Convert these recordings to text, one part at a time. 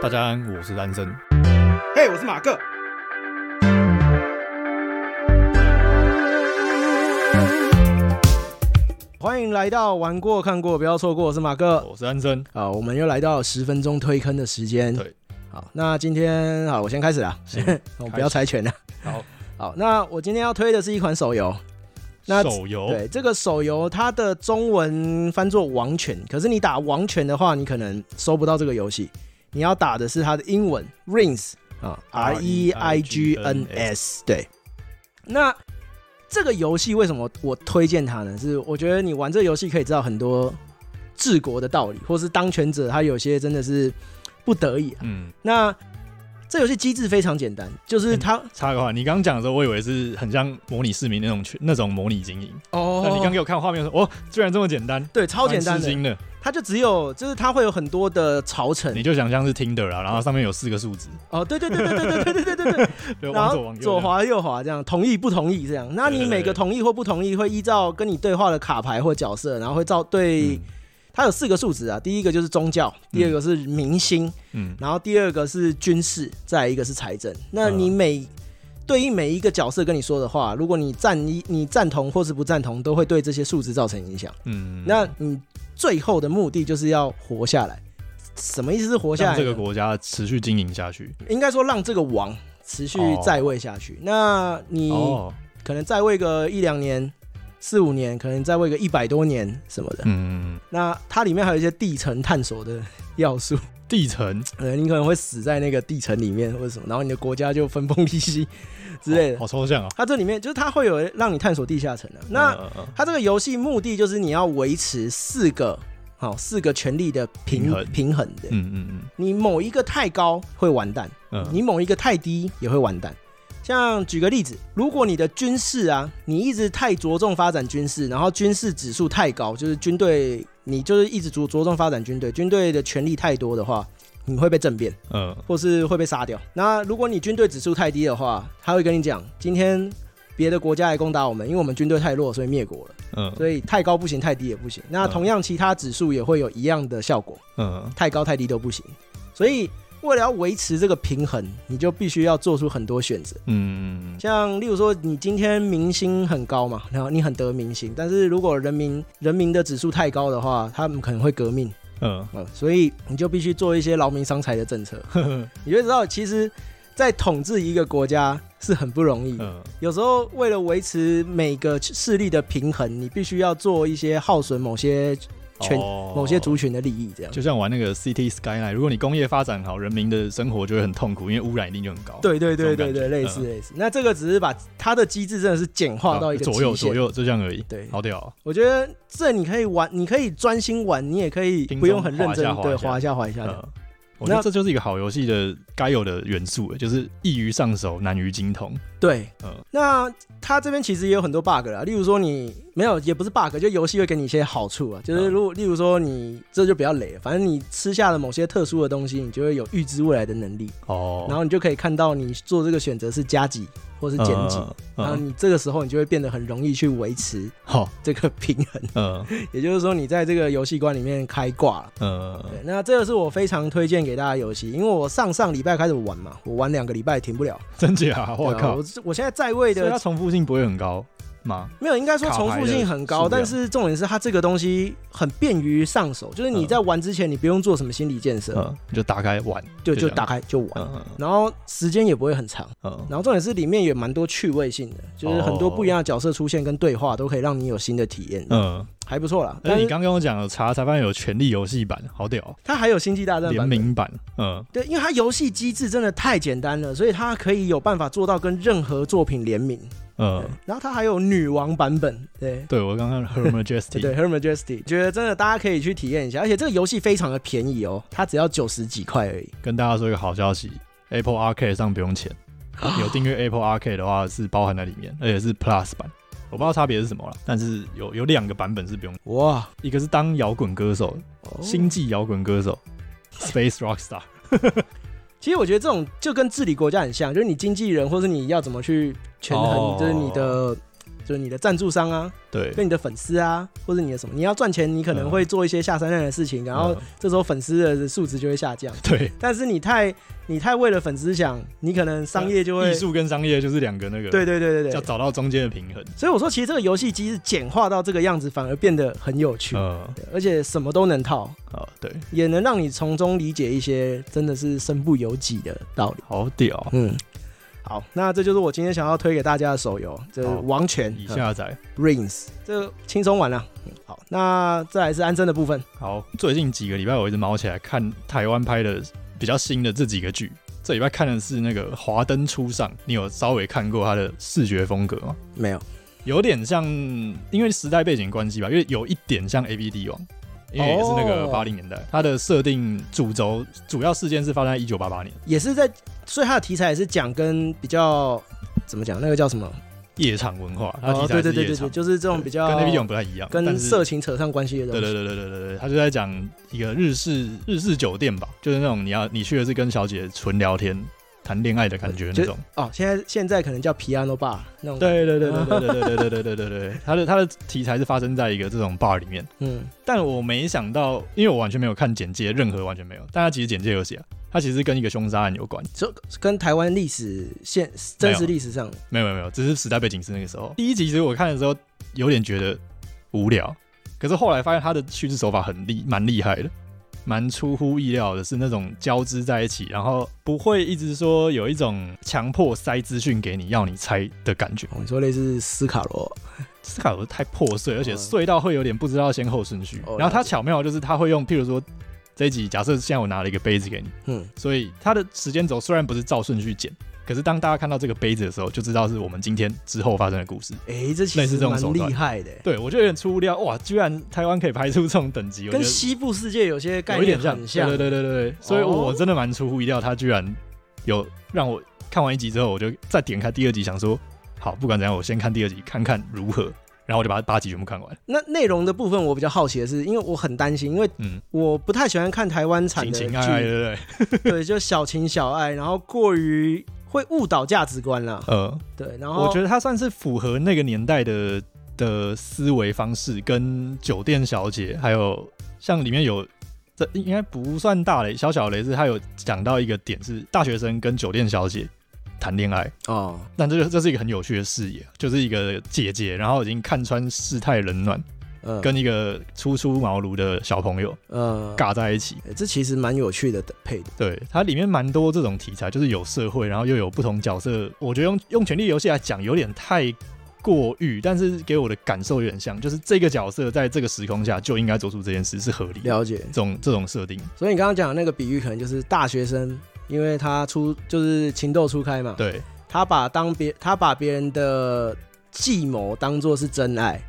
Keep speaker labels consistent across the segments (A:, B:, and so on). A: 大家安，我是安生。
B: 嘿、我是马克。
C: 欢迎来到玩过看过，不要错过，我是马哥。
A: 我是安生，
C: 好，我们又来到十分钟推坑的时间。
A: 对，
C: 好，那今天好，我先开始啦
A: 行，
C: 我不要猜拳了。啊
A: 好，
C: 好，那我今天要推的是一款手游。那
A: 手游
C: 对，这个手游它的中文翻作《王权》，可是你打《王权》的话，你可能搜不到这个游戏，你要打的是它的英文 Rings 啊，R E I G N S。对，那这个游戏为什么我推荐它呢？是我觉得你玩这个游戏可以知道很多治国的道理，或是当权者他有些真的是不得已啊、
A: 嗯，
C: 那这游戏机制非常简单，就是它、
A: 插个话，你刚刚讲的时候，我以为是很像模拟市民那种群那种模拟经营，
C: 哦
A: 但你刚给我看画面的时候，哦，居然这么简单，
C: 对超简单
A: 蛮吃
C: 的，
A: 惊的，
C: 它就只有就是它会有很多的朝臣
A: 你就想象是 Tinder 啊啦，然后上面有四个数值，
C: 哦，对对对对对对对对对对，
A: 对，
C: 然
A: 往左
C: 后
A: 往右，
C: 左，滑右滑这样，同意不同意这样，那
A: 对
C: 你
A: 对
C: 每
A: 对
C: 个同意或不同意会依照跟你对话的卡牌或角色，然后会照对
A: 嗯。
C: 它有四个数值啊，第一个就是宗教，第二个是明星，
A: 嗯，
C: 然后第二个是军事，再来一个是财政。那
A: 嗯
C: 你每、对应每一个角色跟你说的话，如果你赞一你赞同或是不赞同，都会对这些数值造成影响。
A: 嗯，
C: 那你最后的目的就是要活下来。什么意思是活下
A: 让
C: 来呢？
A: 这个国家持续经营下去，
C: 应该说让这个王持续
A: 哦
C: 在位下去。那你
A: 哦，
C: 可能在位个一两年、四五年，可能在位个一百多年什么的。
A: 嗯，
C: 那它里面还有一些地层探索的要素，
A: 地层
C: 呃，你可能会死在那个地层里面或者什么，然后你的国家就分崩离析之类的。
A: 好抽象啊，
C: 它这里面就是它会有让你探索地下层的、那、
A: 嗯嗯嗯
C: 它这个游戏目的就是你要维持四个好、四个权力的平
A: 平衡
C: 平衡的。
A: 嗯嗯
C: 你某一个太高会完蛋，
A: 嗯嗯，
C: 你某一个太低也会完蛋。像举个例子，如果你的军事啊，你一直太着重发展军事，然后军事指数太高，就是军队你就是一直着着重发展军队，军队的权力太多的话，你会被政变
A: 嗯
C: 或是会被杀掉。那如果你军队指数太低的话，他会跟你讲，今天别的国家来攻打我们，因为我们军队太弱，所以灭国了。
A: 嗯
C: 所以太高不行，太低也不行。那同样，其他指数也会有一样的效果。
A: 嗯，
C: 太高太低都不行。所以为了要维持这个平衡，你就必须要做出很多选择。
A: 嗯，
C: 像例如说，你今天明星很高嘛，然后你很得民心，但是如果人民人民的指数太高的话，他们可能会革命，
A: 嗯
C: 嗯，所以你就必须做一些劳民伤财的政策。 你就知道，其实，在统治一个国家是很不容易。
A: 嗯，
C: 有时候为了维持每个势力的平衡，你必须要做一些耗损某些全
A: 哦
C: 某些族群的利益，这样。
A: 就像玩那个 City Skyline，如果你工业发展好，人民的生活就会很痛苦，因为污染一定就很高。
C: 对对对
A: 这种
C: 对对，
A: 感觉
C: 类似类似。那这个只是把它的机制真的是简
A: 啊，
C: 化到一个
A: 左右
C: 极限
A: 左。右就这样而已。
C: 对
A: 好屌哦、
C: 我觉得这你可以玩，你可以专心玩，你也可以
A: 轻松
C: 不用很认真，
A: 滑一下
C: 对，
A: 滑
C: 滑一下滑一下的。
A: 嗯，我觉得
C: 那
A: 这就是一个好游戏的该有的元素，欸就是易于上手，难于精通。
C: 对，
A: 嗯
C: 那它这边其实也有很多 bug 啦，例如说你没有，也不是 bug，就游戏会给你一些好处啊，就是
A: 嗯
C: 如果例如说你这就比较累了，反正你吃下了某些特殊的东西，你就会有预知未来的能力，
A: 哦，
C: 然后你就可以看到你做这个选择是加几或是减几，然后
A: 嗯，
C: 你这个时候你就会变得很容易去维持
A: 好，
C: 这个平衡。
A: 嗯
C: 也就是说，你在这个游戏关里面开挂了。对
A: 嗯，，
C: 那这个是我非常推荐给大家的游戏，因为我上上礼拜开始玩嘛，我玩两个礼拜停不了。
A: 真假？我
C: 对啊
A: 靠
C: 我！啊我现在在位
A: 所以它
C: 的
A: 重复性不会很高吗？
C: 没有，应该说重复性很
A: 卡
C: 高，
A: 牌的
C: 但是重点是它这个东西很便于上手，就是你在玩之前你不用做什么心理建设，
A: 嗯，你就打开玩。就
C: 就
A: 这
C: 就
A: 样
C: 打开就玩，
A: 嗯
C: 然后时间也不会很长。
A: 嗯
C: 然后重点是里面也蛮多趣味性的，就是很多不一样的角色出现跟对话都可以让你有新的体验，
A: 哦嗯，
C: 还不错啦。
A: 而且
C: 但
A: 你
C: 是
A: 刚跟我讲有查才发现有权力游戏版，好屌哦，
C: 它还有星际大战
A: 联
C: 版本。
A: 名版。嗯，
C: 对，因为它游戏机制真的太简单了，所以它可以有办法做到跟任何作品联名。对
A: 嗯，
C: 然后它还有女王版本，对。
A: 对我刚刚 Her
C: 对
A: Majesty，
C: 对，Her Majesty，觉得真的大家可以去体验一下，而且这个游戏非常的便宜哦，它只要九十几块而已。
A: 跟大家说一个好消息，Apple Arcade 上不用钱，有订阅 Apple Arcade 的话是包含在里面，而且是 Plus 版。我不知道差别是什么了，但是有有两个版本是不用，
C: 哇，
A: 一个是当摇滚歌手，
C: 哦
A: 星际摇滚歌手，Space Rockstar，
C: 其实我觉得这种就跟治理国家很像，就是你经纪人或是你要怎么去权衡，
A: 哦
C: 就是你的就是你的赞助商啊，
A: 对，
C: 跟你的粉丝啊，或者你的什么，你要赚钱，你可能会做一些下三滥的事情，然后
A: 嗯
C: 这时候粉丝的素质就会下降。
A: 对，
C: 但是你太你太为了粉丝想，你可能商业就会
A: 艺，术跟商业就是两个那个，
C: 对对对对
A: 要
C: 对。
A: 找到中间的平衡。
C: 所以我说，其实这个游戏机制简化到这个样子，反而变得很有趣，
A: 呃，
C: 对而且什么都能套，
A: 好，对，
C: 也能让你从中理解一些真的是身不由己的道理。
A: 好屌，
C: 嗯，好，那这就是我今天想要推给大家的手游，这
A: 好
C: 《王权》
A: 已下载。
C: 嗯 Rings，这个轻松玩了、嗯好，那再来是安贞的部分，
A: 好，最近几个礼拜我一直毛起来看台湾拍的比较新的这几个剧。这礼拜看的是那个《华灯初上》，你有稍微看过它的视觉风格吗？
C: 没有
A: 有点像，因为时代背景关系吧，因为有一点像 A B D 王，因为也是那个
C: 哦
A: 八零年代，它的设定主轴主要事件是发生在一九八八年
C: 也是在，所以它的题材也是讲跟比较怎么讲，那个叫什么？
A: 夜场文化，它
C: 哦，
A: 题
C: 对
A: 材
C: 对
A: 是
C: 对
A: 夜
C: 对
A: 场
C: 对，，就是这种比较
A: 跟 A B D 王不太一样，但
C: 跟
A: 是
C: 色情扯上关系的东
A: 对
C: 西。
A: 对对对对对对，他就在讲一个日式日式酒店吧，就是那种你要你去的是跟小姐纯聊天、谈恋爱的感觉
C: 就
A: 那种。
C: 哦，现在现在可能叫 Piano Bar 那种。，
A: 对对对对对对对对对对对对，他的他的题材是发生在一个这种 bar 里面，
C: 嗯，
A: 但我没想到，因为我完全没有看简介，任何完全没有，但他其实简介有写、啊，他其实跟一个凶杀案有关。
C: 就跟台湾历史现真实历史上，
A: 没有没有没有，只是时代背景是那个时候。第一集其实我看的时候有点觉得无聊，可是后来发现他的叙事手法很厉，蛮厉害的，蛮出乎意料的，是那种交织在一起，然后不会一直说有一种强迫塞资讯给你要你猜的感觉。
C: 哦你说类似斯卡罗，
A: 思考太破碎，而且碎到会有点不知道先后顺序。
C: 哦
A: 然后他
C: 了解
A: 巧妙就是他会用，譬如说这一集假设现在我拿了一个杯子给你，
C: 嗯，
A: 所以它的时间轴虽然不是照顺序剪，可是当大家看到这个杯子的时候，就知道是我们今天之后发生的故事。
C: 哎，这其
A: 类似这
C: 实
A: 种
C: 蛮
A: 手段
C: 厉害的，
A: 对，我就有点出乎料，哇，居然台湾可以拍出这种等级，我觉
C: 跟
A: 得
C: 西部世界有些概
A: 有一
C: 念
A: 点
C: 很哦
A: 像，对对对对对，所以我真的蛮出乎意料，他居然有让我看完一集之后，我就再点开第二集，想说，好，不管怎样，我先看第二集，看看如何，然后我就把八集全部看完，
C: 那内容的部分，我比较好奇的是，因为我很担心，因为
A: 嗯，
C: 我不太喜欢看台湾产
A: 情
C: 的
A: 情爱
C: 剧，
A: 爱，对对对，
C: 对，就小情小爱，然后过于会误导价值观啦。
A: 呃，
C: 对，然后
A: 我觉得他算是符合那个年代的的思维方式，跟酒店小姐，还有像里面有。这应该不算大雷，小小雷是他有讲到一个点是大学生跟酒店小姐谈恋爱，
C: 哦，
A: 但这就这是一个很有趣的视野，就是一个姐姐，然后已经看穿世态冷暖，
C: 嗯
A: 跟一个初出茅庐的小朋友
C: 呃，
A: 尬在一起。
C: 诶这其实蛮有趣的配的，
A: 对，它里面蛮多这种题材，就是有社会，然后又有不同角色。我觉得用用权力游戏来讲有点太过于，但是给我的感受有点像，就是这个角色在这个时空下就应该做出这件事是合理的。
C: 了解。
A: 这种这种设定，
C: 所以你刚刚讲的那个比喻，可能就是大学生，因为他出就是情窦初开嘛，
A: 对
C: 他把当别他把别人的计谋当做是真爱，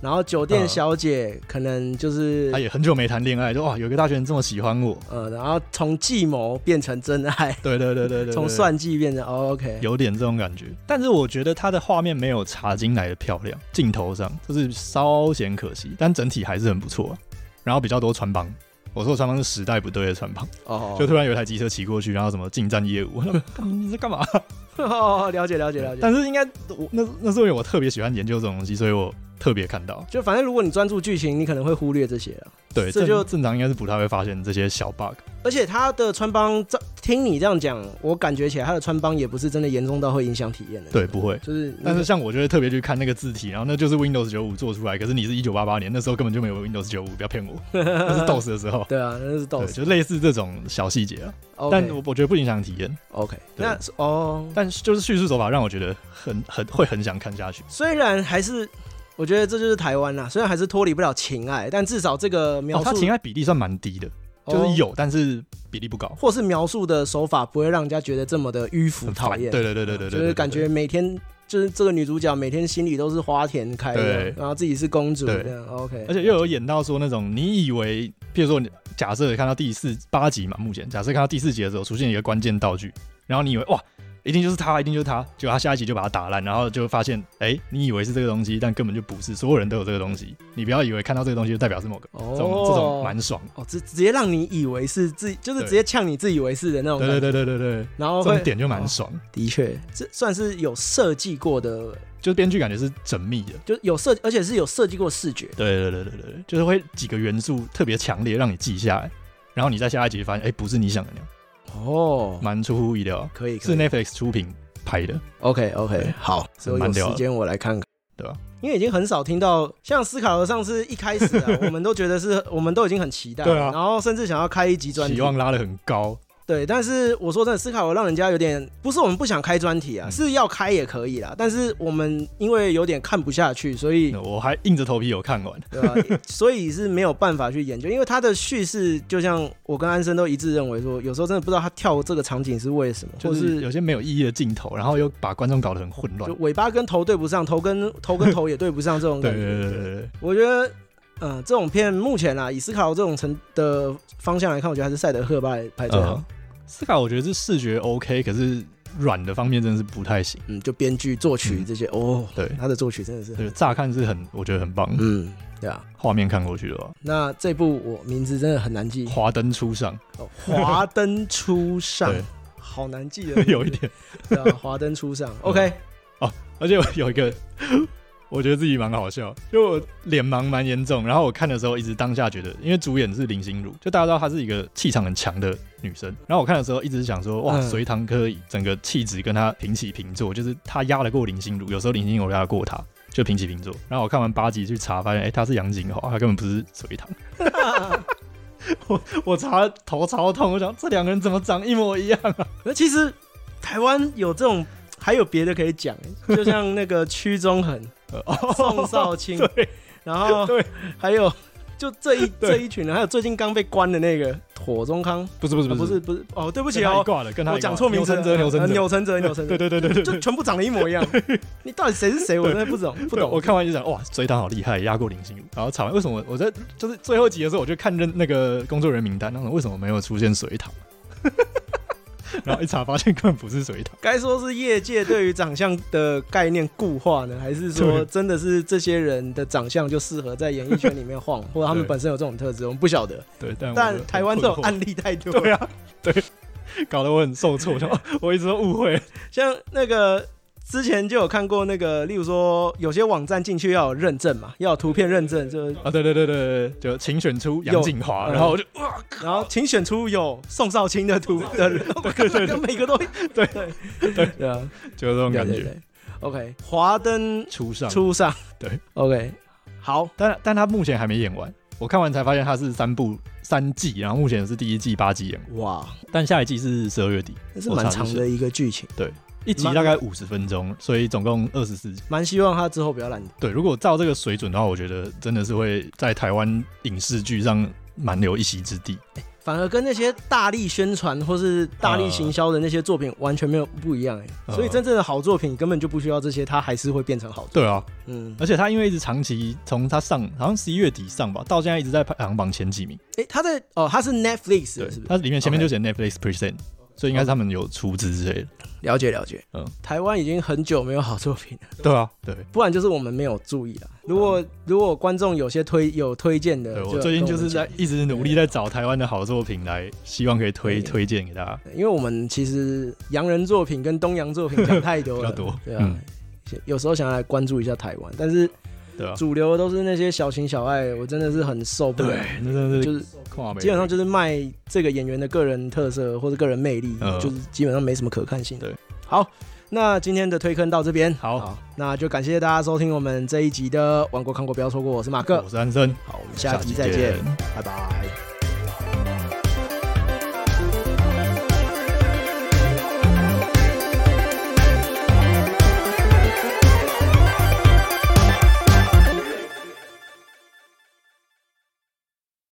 C: 然后酒店
A: 嗯哎
C: 小姐可能就是
A: 他也很久没谈恋爱，就哇，有一个大学生这么喜欢我。
C: 呃，然后从计谋变成真爱，
A: 对对对对对对，
C: 从算计变成哦，OK，
A: 有点这种感觉，但是我觉得它的画面没有茶金来的漂亮，镜头上就是稍显可惜，但整体还是很不错、啊。然后比较多穿帮，我说的穿帮是时代不对的穿帮，
C: 哦，
A: 就突然有一台机车骑过去，然后什么进站业务， 我说干你在干嘛？
C: 哦，了解了解了解。
A: 但是应该我那那是因为我特别喜欢研究这种东西，所以我特别看到。
C: 就反正如果你专注剧情，你可能会忽略这些了。
A: 对，
C: 这就
A: 正正常应该是不太会发现这些小 bug。
C: 而且他的穿帮，这听你这样讲，我感觉起来他的穿帮也不是真的严重到会影响体验的。
A: 对，，不会。
C: 就是你
A: 但是像我就会特别去看那个字体，然后那就是 Windows 九五做出来，可是你是一九八八年，那时候根本就没有 Windows 九五，不要骗 我，那是 DOS 的时候。
C: 对啊，那是斗
A: 对，就类似这种小细节啊。
C: o
A: 但我我觉得不影响体验，
C: OK，
A: 对
C: 那是哦，
A: 但是就是叙事手法让我觉得很很会很想看下去。
C: 虽然还是我觉得这就是台湾啦，虽然还是脱离不了情爱，但至少这个描
A: 哦，
C: 述、
A: 它情爱比例算蛮低的，
C: 哦
A: 就是，有，但是比例不高，
C: 或是描述的手法不会让人家觉得这么的迂腐
A: 很
C: 讨
A: 烦。对
C: 厌。哦
A: 对对对对对，
C: 就是感觉每天就是这个女主角每天心里都是花田开的
A: 对，
C: 然后自己是公主
A: 对
C: 这样。OK，
A: 而且又有演到说那种你以为，譬如说你假设看到第四八集嘛，目前假设看到第四集的时候出现一个关键道具，然后你以为哇一定就是他，一定就是他。结果他下一集就把它打烂，然后就发现，哎、你以为是这个东西，但根本就不是，所有人都有这个东西。你不要以为看到这个东西就代表是某个，
C: 哦
A: 这种这种蛮爽的。
C: 哦，直直接让你以为是自己，就是
A: 对
C: 直接呛你自以为是的那种感
A: 对
C: 觉。
A: 对对对对对，
C: 然后
A: 这
C: 会
A: 种点就蛮爽。
C: 的确，这算是有设计过的，
A: 就是编剧感觉是缜密的。
C: 就有设，而且是有设计过视觉。
A: 对对对对对，就是会几个元素特别强烈，让你记下来，然后你在下一集发现，哎、不是你想的那样，
C: 哦，
A: 蛮出乎意料。
C: 可以，可
A: 是
C: 以。
A: Netflix 出品拍的，
C: OK OK，
A: 对
C: 好，所以有
A: 蛮屌
C: 时
A: 的
C: 间我来看看。
A: 对啊吧？
C: 因为已经很少听到像斯卡罗上次一开始 啊，我们都觉得是我们都已经很期待了，
A: 对啊
C: 然后甚至想要开一集专
A: 期
C: 题，
A: 望拉得很高，
C: 对，但是我说真的，斯卡罗让人家有点不是我们不想开专题啊，
A: 嗯
C: 是要开也可以啦，但是我们因为有点看不下去，所以
A: 那我还硬着头皮有看完。
C: 对吧、 所以是没有办法去研究，因为它的叙事就像我跟安生都一致认为说，有时候真的不知道他跳这个场景是为什么，
A: 就
C: 或
A: 是
C: 是
A: 有些没有意义的镜头，然后又把观众搞得很混乱
C: 就。尾巴跟头对不上，头跟头跟头也对不上这种
A: 对
C: 感
A: 对
C: 觉。
A: 对对对，
C: 我觉得，嗯、这种片目前啊，以斯卡罗这种程的方向来看，我觉得还是赛德赫巴来拍最好。
A: 嗯，斯卡我觉得是视觉 OK，可是软的方面真的是不太行。
C: 嗯，就编剧、作曲
A: 嗯
C: 这些，哦，
A: 对
C: 他的作曲真的是很，
A: 对，乍看是很，我觉得很棒。
C: 嗯，对啊。
A: 画面看过去的话，
C: 那这部我名字真的很难记，《
A: 华灯初上，
C: 哦华灯初上
A: 对》，，
C: 好难记 的
A: 有一点。
C: 对啊，《华灯初上》OK，
A: 而且我有一个， 我觉得自己蛮好笑，因为我脸盲蛮严重，然后我看的时候一直当下觉得，因为主演是林心如，就大家知道她是一个气场很强的女生，然后我看的时候一直想说，哇，
C: 嗯
A: 隋唐科整个气质跟她平起平坐，就是她压得过林心如，有时候林心如压得过她。就平起平坐，然后我看完八集去查，发现哎、她是杨景华，她根本不是隋唐。嗯我 我查头超痛，我想这两个人怎么长一模一样啊？
C: 那其实台湾有这种，还有别的可以 讲，就像那个屈中恒、宋少卿，
A: 哦对，
C: 然后
A: 对
C: 还有就这一
A: 对
C: 这一群人，还有最近刚被关的那个妥中康，
A: 不是不是
C: 啊
A: 不
C: 不
A: 是，
C: 是不是哦，对不
A: 不
C: 起哦，
A: 挂了，跟他
C: 我讲错名字了，
A: 牛成哲牛成
C: 呃
A: 哲
C: 钮承泽，钮承
A: 对
C: 泽，
A: 对对对
C: 就
A: 对，
C: 全部长得一模一样。你到底谁是谁？我真的不懂，不
A: 对
C: 懂。
A: 我看完就想，哇，隋唐好厉害，压过林心如。然后查完，为什么我在就是最后一集的时候，我就看认那个工作人员名单，然后为什么没有出现隋唐？然后一查发现根本不是隋唐，
C: 该说是业界对于长相的概念固化呢，还是说
A: 对
C: 真的是这些人的长相就适合在演艺圈里 面晃，或者他们
A: 对
C: 本身有这种特质？我们不晓得。
A: 对，但我
C: 但
A: 就
C: 台湾这种
A: 很困惑
C: 案例太多，
A: 对啊，对，搞得我很受挫，我想哦我一直都误会了，
C: 像那个之前就有看过那个，例如说有些网站进去要有认证嘛，要有图片认证，就
A: 啊，对对对对对，就请选出
C: 有
A: 杨景华，
C: 嗯
A: 然后我就
C: 然后请选出有宋少卿的图的人，我看那个每个都
A: 对
C: 对对对啊，
A: 就有这种
C: 对
A: 感
C: 对
A: 觉，
C: 对，OK，华灯
A: 初上。
C: 初上，
A: 对
C: ，OK，好，
A: 但但他目前还没演完，我看完才发现他是三部三季，然后目前是第一季八集演完，
C: 哇，
A: 但下一季是十二月底，
C: 那是蛮长的一个剧情，
A: 一集大概五十分钟，所以总共二十四集。
C: 蛮希望他之后不要烂。
A: 对，如果照这个水准的话，我觉得真的是会在台湾影视剧上蛮留一席之地。
C: 反而跟那些大力宣传或是大力行销的那些作品完全没有不一样哎、
A: 呃
C: 所以真正的好作品根本就不需要这些，它还是会变成好作。
A: 对啊，
C: 嗯，
A: 而且他因为一直长期从他上，好像十一月底上吧，到现在一直在排行榜前几名。
C: 哎、他在哦，他是 Netflix
A: 对
C: 的是，不是？
A: 他里面前面就写 Netflix Present，所以应该是他们有出资之类的。
C: 了解了解。嗯
A: 嗯，
C: 台湾已经很久没有好作品了，
A: 对啊，对。
C: 不然就是我们没有注意了。如果、如果观众有些推有推荐的，
A: 嗯对
C: 就
A: 我最近
C: 跟
A: 就
C: 我们
A: 是在一直努力在找台湾的好作品来，希望可以推
C: 对
A: 推荐给大家
C: 讲，因为我们其实洋人作品跟东洋作品讲太
A: 比
C: 多
A: 较
C: 了，
A: 多。
C: 对啊。
A: 嗯，
C: 有时候想要来关注一下台湾，但是
A: 对啊，
C: 主流都是那些小情小爱，我真的是很受不了。
A: 对，那真的
C: 就是是
A: 跨美
C: 基本上就是卖这个演员的个人特色或者个人魅力，
A: 嗯
C: 就是基本上没什么可看性。
A: 对，
C: 好，那今天的推坑到这边，
A: 好
C: 那就感谢大家收听我们这一集的《玩过看过不要错过》，我是马
A: 各，
C: 克
A: 我，是安生，
C: 好，我们下集再见，拜拜。